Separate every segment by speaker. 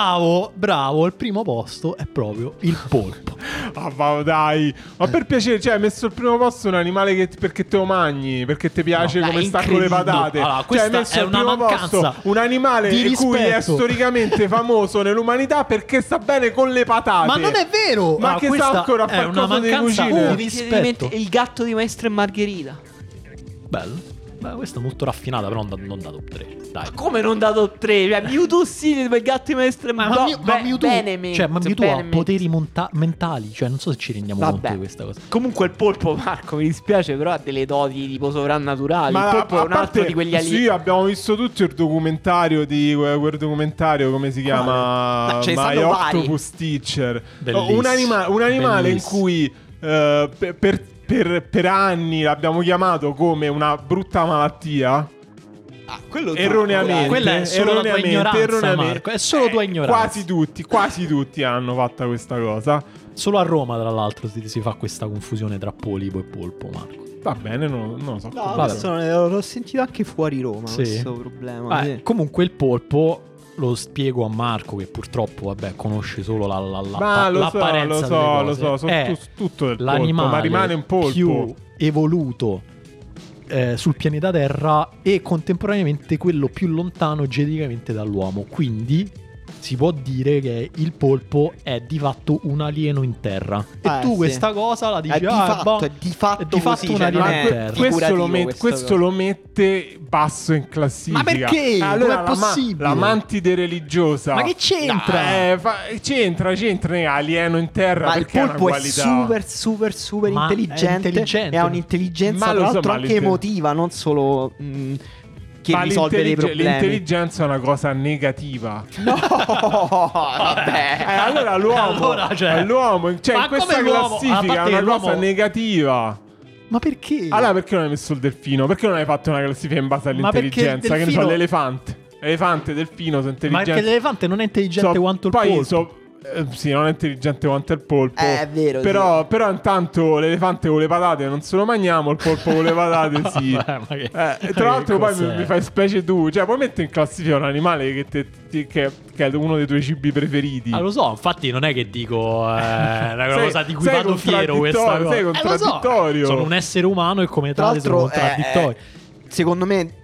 Speaker 1: Bravo, bravo, il primo posto è proprio il polpo.
Speaker 2: Ah, va, dai. Ma per piacere, cioè, hai messo al primo posto un animale che perché te lo mangi, perché ti piace
Speaker 1: No, dai,
Speaker 2: come
Speaker 1: è
Speaker 2: sta con le
Speaker 1: incredibile.
Speaker 2: patate.
Speaker 1: Allora,
Speaker 2: cioè,
Speaker 1: questa
Speaker 2: hai messo
Speaker 1: è
Speaker 2: al
Speaker 1: una
Speaker 2: primo
Speaker 1: mancanza
Speaker 2: posto un animale
Speaker 1: di
Speaker 2: di cui è
Speaker 1: rispetto.
Speaker 2: storicamente famoso nell'umanità perché sta bene con le patate.
Speaker 1: Ma non è vero!
Speaker 2: Ma
Speaker 1: Ah,
Speaker 2: che
Speaker 1: questa
Speaker 2: sta ancora a
Speaker 1: è
Speaker 2: far
Speaker 1: una
Speaker 2: cosa di
Speaker 3: Ah,
Speaker 1: mancanza Oh,
Speaker 2: cucina?
Speaker 1: di
Speaker 3: uh,
Speaker 2: Mi
Speaker 1: rispetto.
Speaker 3: il gatto di maestro e Margherita.
Speaker 1: Bello. Beh, questa è molto raffinata, però non da, non da top 3. Dai.
Speaker 3: Come non dato 3? Cioè, Mewtwo sì, il gatto di maestro e
Speaker 1: Ma,
Speaker 3: Margherita.
Speaker 1: Mew- ma Mewtwo, cioè, ma Mewtwo ha poteri monta- mentali. Cioè, non so se ci rendiamo conto
Speaker 3: Vabbè.
Speaker 1: di questa cosa.
Speaker 3: Comunque il polpo, Marco, mi dispiace, però ha delle doti tipo sovrannaturali. il polpo è un altro di quegli alieni.
Speaker 2: Sì, abbiamo visto tutti il documentario di quel documentario come si chiama?
Speaker 3: Ma ce ne
Speaker 2: My
Speaker 3: stanno vari.
Speaker 2: Octopus Teacher. Oh,
Speaker 1: Bellissimo.
Speaker 2: Un, anima- un animale
Speaker 1: Bellissimo.
Speaker 2: in cui eh, per- per, per- per anni l'abbiamo chiamato come una brutta malattia.
Speaker 3: quello
Speaker 2: Erroneamente,
Speaker 1: Quella è solo la tua
Speaker 2: erroneamente,
Speaker 1: ignoranza,
Speaker 2: erroneamente. Eh,
Speaker 1: Marco, è solo tua ignoranza.
Speaker 2: Quasi tutti, quasi tutti hanno fatto questa cosa.
Speaker 1: Solo a Roma, tra l'altro, si, si fa questa confusione tra polipo e polpo, Marco.
Speaker 2: Va bene, non, non lo so.
Speaker 1: Vabbè.
Speaker 4: No, questo non è- l'ho sentito anche fuori Roma
Speaker 1: Sì.
Speaker 4: questo problema.
Speaker 1: Ah,
Speaker 4: Eh, sì.
Speaker 1: Comunque, il polpo lo spiego a Marco, che purtroppo, vabbè, conosce solo la, la, la-
Speaker 2: Ma lo so,
Speaker 1: l'apparenza
Speaker 2: lo
Speaker 1: delle
Speaker 2: so, lo
Speaker 1: cose.
Speaker 2: so, so
Speaker 1: È
Speaker 2: tu- tutto del polpo,
Speaker 1: l'animale
Speaker 2: ma rimane un polpo.
Speaker 1: più evoluto eh, sul pianeta Terra e contemporaneamente quello più lontano geneticamente dall'uomo. Quindi si può dire che il polpo è di fatto un alieno in terra.
Speaker 4: Ah,
Speaker 1: e tu
Speaker 4: sì.
Speaker 1: questa cosa la dici,
Speaker 4: È di
Speaker 1: ah,
Speaker 4: fatto,
Speaker 1: boh,
Speaker 4: è di fatto
Speaker 1: è di fatto
Speaker 4: così,
Speaker 1: un
Speaker 4: cioè,
Speaker 1: alieno
Speaker 4: non
Speaker 1: in
Speaker 4: è-
Speaker 1: terra.
Speaker 4: Que-
Speaker 2: questo, lo, met-
Speaker 4: questo
Speaker 2: questo lo mette basso in classifica.
Speaker 1: Ma perché?
Speaker 2: Eh, Allora,
Speaker 1: Com'è
Speaker 2: la ma-
Speaker 1: possibile?
Speaker 2: La mantide religiosa.
Speaker 1: Ma che c'entra?
Speaker 2: Eh, fa- c'entra, c'entra. eh, Alieno in terra.
Speaker 4: Ma il
Speaker 2: perché ha una
Speaker 4: polpo è
Speaker 2: qualità.
Speaker 4: super, super, super
Speaker 1: Ma è
Speaker 4: intelligente,
Speaker 1: intelligente.
Speaker 4: E ha un'intelligenza,
Speaker 2: Ma lo
Speaker 4: tra
Speaker 2: so,
Speaker 4: l'altro,
Speaker 2: ma
Speaker 4: anche
Speaker 2: l'intelli-
Speaker 4: emotiva, non solo mh, che
Speaker 2: Ma
Speaker 4: risolve dei
Speaker 2: l'intellige-
Speaker 4: problemi.
Speaker 2: L'intelligenza è una cosa negativa.
Speaker 1: Eh.
Speaker 4: No, vabbè.
Speaker 2: Eh, allora l'uomo,
Speaker 1: Allora, cioè-
Speaker 2: eh, l'uomo, cioè,
Speaker 1: Ma
Speaker 2: in questa
Speaker 1: come l'uomo? A
Speaker 2: classifica
Speaker 1: parte
Speaker 2: è
Speaker 1: che
Speaker 2: una cosa
Speaker 1: l'uomo-
Speaker 2: negativa.
Speaker 1: Ma perché?
Speaker 2: Allora perché non hai messo il delfino? Perché non hai fatto una classifica in base
Speaker 1: Ma perché il
Speaker 2: all'intelligenza? Che ne so,
Speaker 1: delfino-
Speaker 2: l'elefante. Elefante, delfino sono
Speaker 1: ma
Speaker 2: intelligenti.
Speaker 1: anche l'elefante non è intelligente
Speaker 2: So-
Speaker 1: quanto il
Speaker 2: poi
Speaker 1: polpo.
Speaker 2: so- eh, sì, non è intelligente quanto il polpo.
Speaker 4: Eh, è vero,
Speaker 2: Però, però intanto l'elefante con le patate non se lo mangiamo, il polpo con le patate sì.
Speaker 1: Vabbè, ma che-
Speaker 2: Eh,
Speaker 1: ma
Speaker 2: e
Speaker 1: che
Speaker 2: tra l'altro poi mi,
Speaker 1: cos'è?
Speaker 2: mi fai specie tu, cioè poi metti in classifica un animale che, te- ti- che- che è uno dei tuoi cibi preferiti.
Speaker 1: Ah, lo so, infatti non è che dico eh, è una
Speaker 2: Sei-
Speaker 1: cosa di cui
Speaker 2: sei
Speaker 1: vado fiero questa
Speaker 2: contraddittorio,
Speaker 1: cosa.
Speaker 2: sei
Speaker 1: Eh, lo so,
Speaker 2: contraddittorio.
Speaker 1: sono un essere umano e come
Speaker 4: Tra
Speaker 1: tale sono
Speaker 4: l'altro, eh,
Speaker 1: contraddittorio.
Speaker 4: eh, secondo me,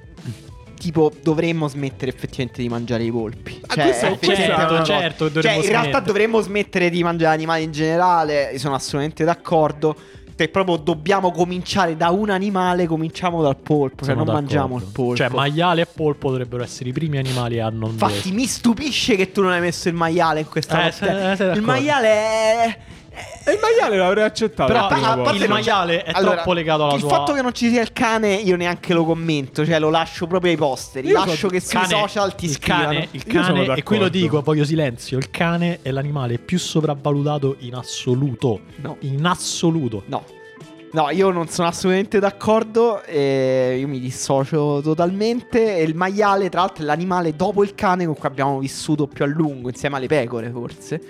Speaker 4: tipo, dovremmo smettere effettivamente di mangiare i polpi. Cioè,
Speaker 2: Ah, questo-
Speaker 4: effettivamente
Speaker 2: questo è
Speaker 4: è una
Speaker 2: una-
Speaker 4: cosa.
Speaker 1: certo,
Speaker 4: Cioè,
Speaker 1: dovremmo
Speaker 4: in realtà
Speaker 1: smettere.
Speaker 4: dovremmo smettere di mangiare animali in generale. Sono assolutamente d'accordo. Se proprio dobbiamo cominciare da un animale, cominciamo dal polpo. Cioè,
Speaker 1: Sono
Speaker 4: non
Speaker 1: d'accordo.
Speaker 4: mangiamo il polpo.
Speaker 1: Cioè, maiale e polpo dovrebbero essere i primi animali a non
Speaker 4: Infatti, mi stupisce che tu non hai messo il maiale in questa
Speaker 1: Eh,
Speaker 4: notte.
Speaker 1: sei- sei d'accordo.
Speaker 4: il maiale è.
Speaker 2: E il maiale l'avrei accettato.
Speaker 1: Però-
Speaker 2: al primo
Speaker 1: a
Speaker 2: posto.
Speaker 1: parte- il
Speaker 4: non c'è-
Speaker 1: maiale è troppo legato alla
Speaker 4: il
Speaker 1: sua-
Speaker 4: fatto che non ci sia il cane, io neanche lo commento. Cioè, lo lascio proprio ai posteri.
Speaker 2: Io
Speaker 4: Lascio
Speaker 2: so-
Speaker 4: che sui social ti
Speaker 1: il
Speaker 4: scrivano.
Speaker 1: cane, il
Speaker 2: Io sono
Speaker 1: cane e
Speaker 2: d'accordo.
Speaker 1: qui lo dico, voglio silenzio. Il cane è l'animale più sopravvalutato in assoluto.
Speaker 4: No.
Speaker 1: In assoluto.
Speaker 4: No. No, io non sono assolutamente d'accordo, eh, io mi dissocio totalmente. E il maiale, tra l'altro, è l'animale dopo il cane con cui abbiamo vissuto più a lungo, insieme alle pecore forse.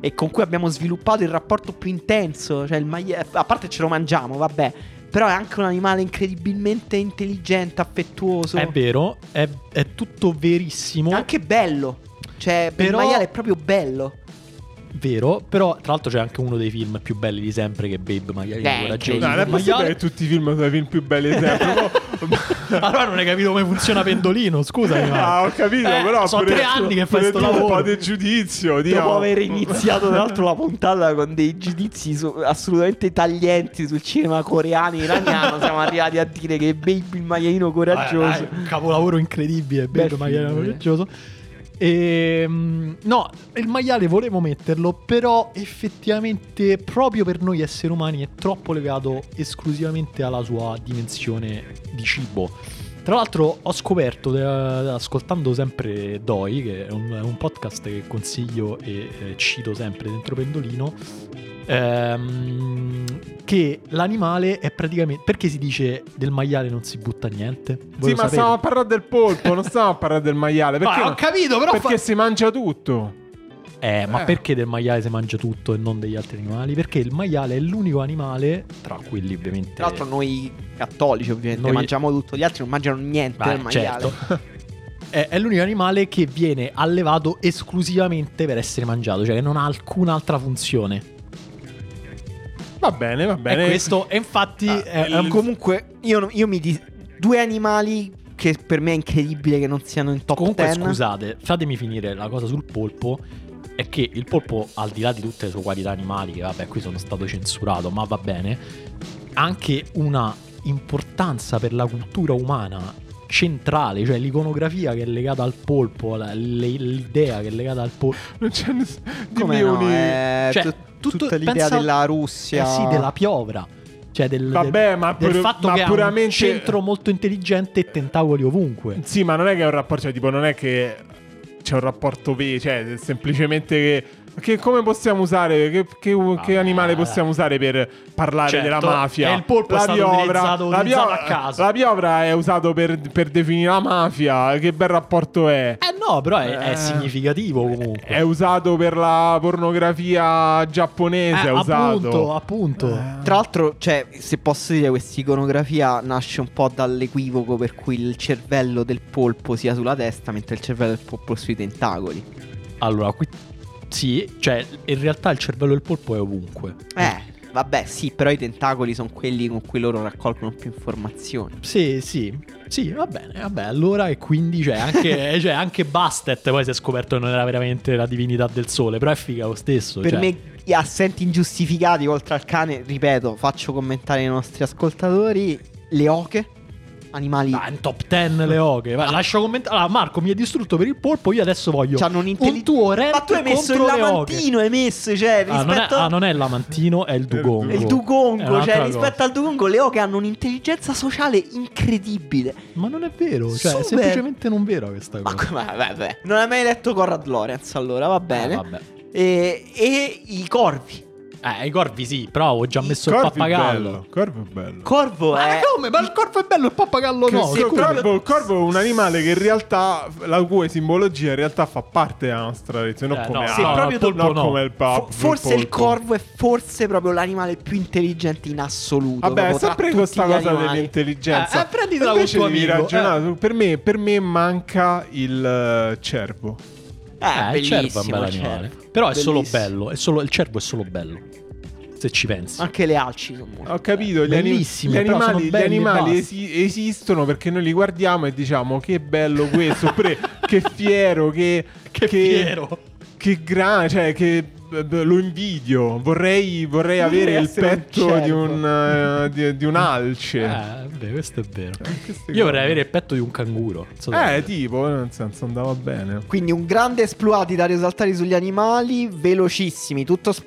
Speaker 4: E con cui abbiamo sviluppato il rapporto più intenso. Cioè, il maiale. A parte ce lo mangiamo, vabbè. Però è anche un animale incredibilmente intelligente, affettuoso.
Speaker 1: È vero, è, è tutto verissimo.
Speaker 4: È anche bello. Cioè, per
Speaker 1: Però-
Speaker 4: il maiale è proprio bello.
Speaker 1: Vero, però tra l'altro c'è anche uno dei film più belli di sempre che è Babe Maiale
Speaker 4: Eh,
Speaker 1: coraggioso.
Speaker 4: incredibile.
Speaker 2: No, non è
Speaker 1: Il
Speaker 2: possibile
Speaker 1: maiale-
Speaker 2: che tutti i film sono i film più belli di sempre.
Speaker 1: Allora non hai capito come funziona Pendolino, scusami. ma-
Speaker 2: Ah, ho capito,
Speaker 1: Eh,
Speaker 2: però
Speaker 1: sono
Speaker 2: pure-
Speaker 1: tre anni che fai
Speaker 2: pure
Speaker 1: sto
Speaker 2: tu Un po'
Speaker 1: lavoro.
Speaker 2: di giudizio, diciamo. Dio.
Speaker 4: Dopo aver iniziato, tra l'altro, la puntata con dei giudizi su- assolutamente taglienti sul cinema coreano e iraniano, siamo arrivati a dire che Baby il maialino coraggioso.
Speaker 1: Eh, eh, un capolavoro incredibile, Babe
Speaker 4: Bel
Speaker 1: Maiale
Speaker 4: film, eh.
Speaker 1: coraggioso. Ehm, no, il maiale volevo metterlo, però effettivamente proprio per noi esseri umani è troppo legato esclusivamente alla sua dimensione di cibo. Tra l'altro ho scoperto, eh, ascoltando sempre Doi, che è un, è un podcast che consiglio e eh, cito sempre dentro Pendolino, ehm, che l'animale è praticamente... Perché si dice del maiale non si butta niente? Voi lo
Speaker 2: Sì, ma
Speaker 1: sapete?
Speaker 2: stiamo a parlare del polpo, non stiamo a parlare del maiale. Perché,
Speaker 1: Ah, ho capito, però...
Speaker 2: perché
Speaker 1: fa-
Speaker 2: si mangia tutto.
Speaker 1: Eh, ma
Speaker 2: Eh.
Speaker 1: perché del maiale si mangia tutto e non degli altri animali? Perché il maiale è l'unico animale, tra quelli ovviamente...
Speaker 4: Tra l'altro, noi cattolici, ovviamente,
Speaker 1: Noi-
Speaker 4: mangiamo tutto, gli altri non mangiano niente
Speaker 1: Beh,
Speaker 4: del maiale.
Speaker 1: certo. è, è l'unico animale che viene allevato esclusivamente per essere mangiato, cioè che non ha alcun'altra funzione.
Speaker 2: Va bene, va bene.
Speaker 1: E Eh, questo, e infatti,
Speaker 2: Ah,
Speaker 1: è,
Speaker 2: è
Speaker 1: è un-
Speaker 4: Eh, Comunque, io, non- io mi dis- due animali che per me è incredibile che non siano in top
Speaker 1: Comunque,
Speaker 4: 10.
Speaker 1: scusate, fatemi finire la cosa sul polpo. È che il polpo, al di là di tutte le sue qualità animali, che vabbè, qui sono stato censurato, ma va bene, ha anche una importanza per la cultura umana centrale, cioè l'iconografia che è legata al polpo, la- le- l'idea che è legata al polpo.
Speaker 2: Non c'è nessuno.
Speaker 4: Come
Speaker 2: Dimmi
Speaker 4: no,
Speaker 2: uni-
Speaker 4: eh,
Speaker 1: Cioè,
Speaker 4: tut-
Speaker 1: tutto-
Speaker 4: tutta l'idea
Speaker 1: pensa-
Speaker 4: della Russia.
Speaker 1: Eh sì, della piovra. Cioè del,
Speaker 2: Vabbè, ma
Speaker 1: del
Speaker 2: pur-
Speaker 1: fatto
Speaker 2: ma
Speaker 1: che ha un
Speaker 2: puramente-
Speaker 1: centro molto intelligente e tentacoli ovunque.
Speaker 2: Sì, ma non è che è un rapporto, cioè, tipo, non è che c'è un rapporto vero, cioè, è semplicemente che. che come possiamo usare? Che, che- che animale possiamo usare per parlare
Speaker 1: eh. Certo,
Speaker 2: della mafia?
Speaker 1: e il polpo è stato utilizzato-
Speaker 2: la
Speaker 1: utilizzato
Speaker 2: piovra-
Speaker 1: a caso.
Speaker 2: La piovra è usato per, per definire la mafia. Che bel rapporto è.
Speaker 1: Eh no, però è, è
Speaker 2: Eh,
Speaker 1: significativo comunque.
Speaker 2: È usato per la pornografia giapponese.
Speaker 1: Eh,
Speaker 2: è usato. Eh.
Speaker 1: Appunto, appunto.
Speaker 4: Tra l'altro, cioè, se posso dire, questa iconografia nasce un po' dall'equivoco per cui il cervello del polpo sia sulla testa, mentre il cervello del polpo è sui tentacoli.
Speaker 1: Allora, qui sì, cioè in realtà il cervello del polpo è ovunque.
Speaker 4: Eh, vabbè, sì, però i tentacoli sono quelli con cui loro raccolgono più informazioni.
Speaker 1: Sì, sì. Sì, va bene, vabbè, allora e quindi cioè, anche, cioè, anche Bastet poi si è scoperto che non era veramente la divinità del sole, però è figa lo stesso.
Speaker 4: Per
Speaker 1: cioè.
Speaker 4: me gli assenti ingiustificati oltre al cane, ripeto, faccio commentare ai nostri ascoltatori, le oche, animali
Speaker 1: Ah, in top 10 le oche. Vai, lascio commentare. Allora, Marco mi ha distrutto per il polpo. Io adesso voglio
Speaker 4: hanno
Speaker 1: un tuo rent
Speaker 4: cioè, Ma tu hai messo il
Speaker 1: contro le oche.
Speaker 4: lamantino, hai messo, cioè,
Speaker 1: Ah, non, è,
Speaker 4: rispetto
Speaker 1: ah, non è il lamantino, è il dugongo.
Speaker 4: è il
Speaker 1: Oh. È
Speaker 4: Dugongo,
Speaker 1: un'altra
Speaker 4: cioè
Speaker 1: cosa.
Speaker 4: rispetto al Dugongo le oche hanno un'intelligenza sociale incredibile.
Speaker 1: Ma non è vero, cioè, è
Speaker 4: Super.
Speaker 1: semplicemente non vera questa
Speaker 4: Ma
Speaker 1: cosa.
Speaker 4: come vabbè, non hai mai letto Conrad Lorenz allora, va bene.
Speaker 1: Eh, vabbè.
Speaker 4: E, e i corvi.
Speaker 1: Eh, i corvi sì, però ho già messo il
Speaker 2: Corvo è
Speaker 1: pappagallo.
Speaker 2: bello, Corvo è bello.
Speaker 4: Corvo è
Speaker 1: come? Ma il corvo è bello, il pappagallo
Speaker 2: Che il corvo, il corvo è un animale che in realtà, la cui simbologia in realtà fa parte della nostra tradizione, non
Speaker 1: Eh,
Speaker 2: come ah,
Speaker 1: no,
Speaker 2: altri,
Speaker 1: no,
Speaker 2: proprio
Speaker 1: no, il polpo
Speaker 2: non
Speaker 1: no.
Speaker 2: come il
Speaker 4: fo-
Speaker 2: pappo.
Speaker 4: forse il
Speaker 2: polpo.
Speaker 4: corvo è forse proprio l'animale più intelligente in assoluto.
Speaker 2: Vabbè,
Speaker 4: proprio tra
Speaker 2: sempre
Speaker 4: tutti
Speaker 2: questa
Speaker 4: gli
Speaker 2: cosa
Speaker 4: animali.
Speaker 2: dell'intelligenza.
Speaker 1: Eh, eh, prenditela
Speaker 2: Invece
Speaker 1: col tuo
Speaker 2: devi
Speaker 1: amico, Eh.
Speaker 2: ragionare su- Per, me, per me manca il eh, cervo.
Speaker 4: Eh,
Speaker 1: Eh, il cervo è un
Speaker 4: bellissimo,
Speaker 1: bel
Speaker 4: il
Speaker 1: animale.
Speaker 4: cervo.
Speaker 1: Però è solo
Speaker 4: Bellissimo.
Speaker 1: bello, è solo- il cervo è solo bello. Se ci pensi.
Speaker 4: Anche le alci sono molto
Speaker 2: Ho capito, gli, anim-
Speaker 1: Bellissimi,
Speaker 2: gli
Speaker 1: però sono
Speaker 2: animali, gli
Speaker 1: belli e
Speaker 2: animali
Speaker 1: basta.
Speaker 2: esi- esistono perché noi li guardiamo e diciamo che bello questo, oppure che fiero, che,
Speaker 1: Che fiero.
Speaker 2: che grande, cioè che b- b- lo invidio, vorrei, vorrei
Speaker 4: Vorrei
Speaker 2: avere il
Speaker 4: essere un
Speaker 2: petto di,
Speaker 4: cervo.
Speaker 2: un, eh, di, di un alce.
Speaker 1: Eh, beh, questo è vero.
Speaker 2: queste
Speaker 1: Io vorrei
Speaker 2: cose.
Speaker 1: avere il petto di un canguro. non so
Speaker 2: Eh,
Speaker 1: se-
Speaker 2: tipo, nel senso andava bene.
Speaker 4: Quindi un grande esploati da risaltare sugli animali, velocissimi, tutto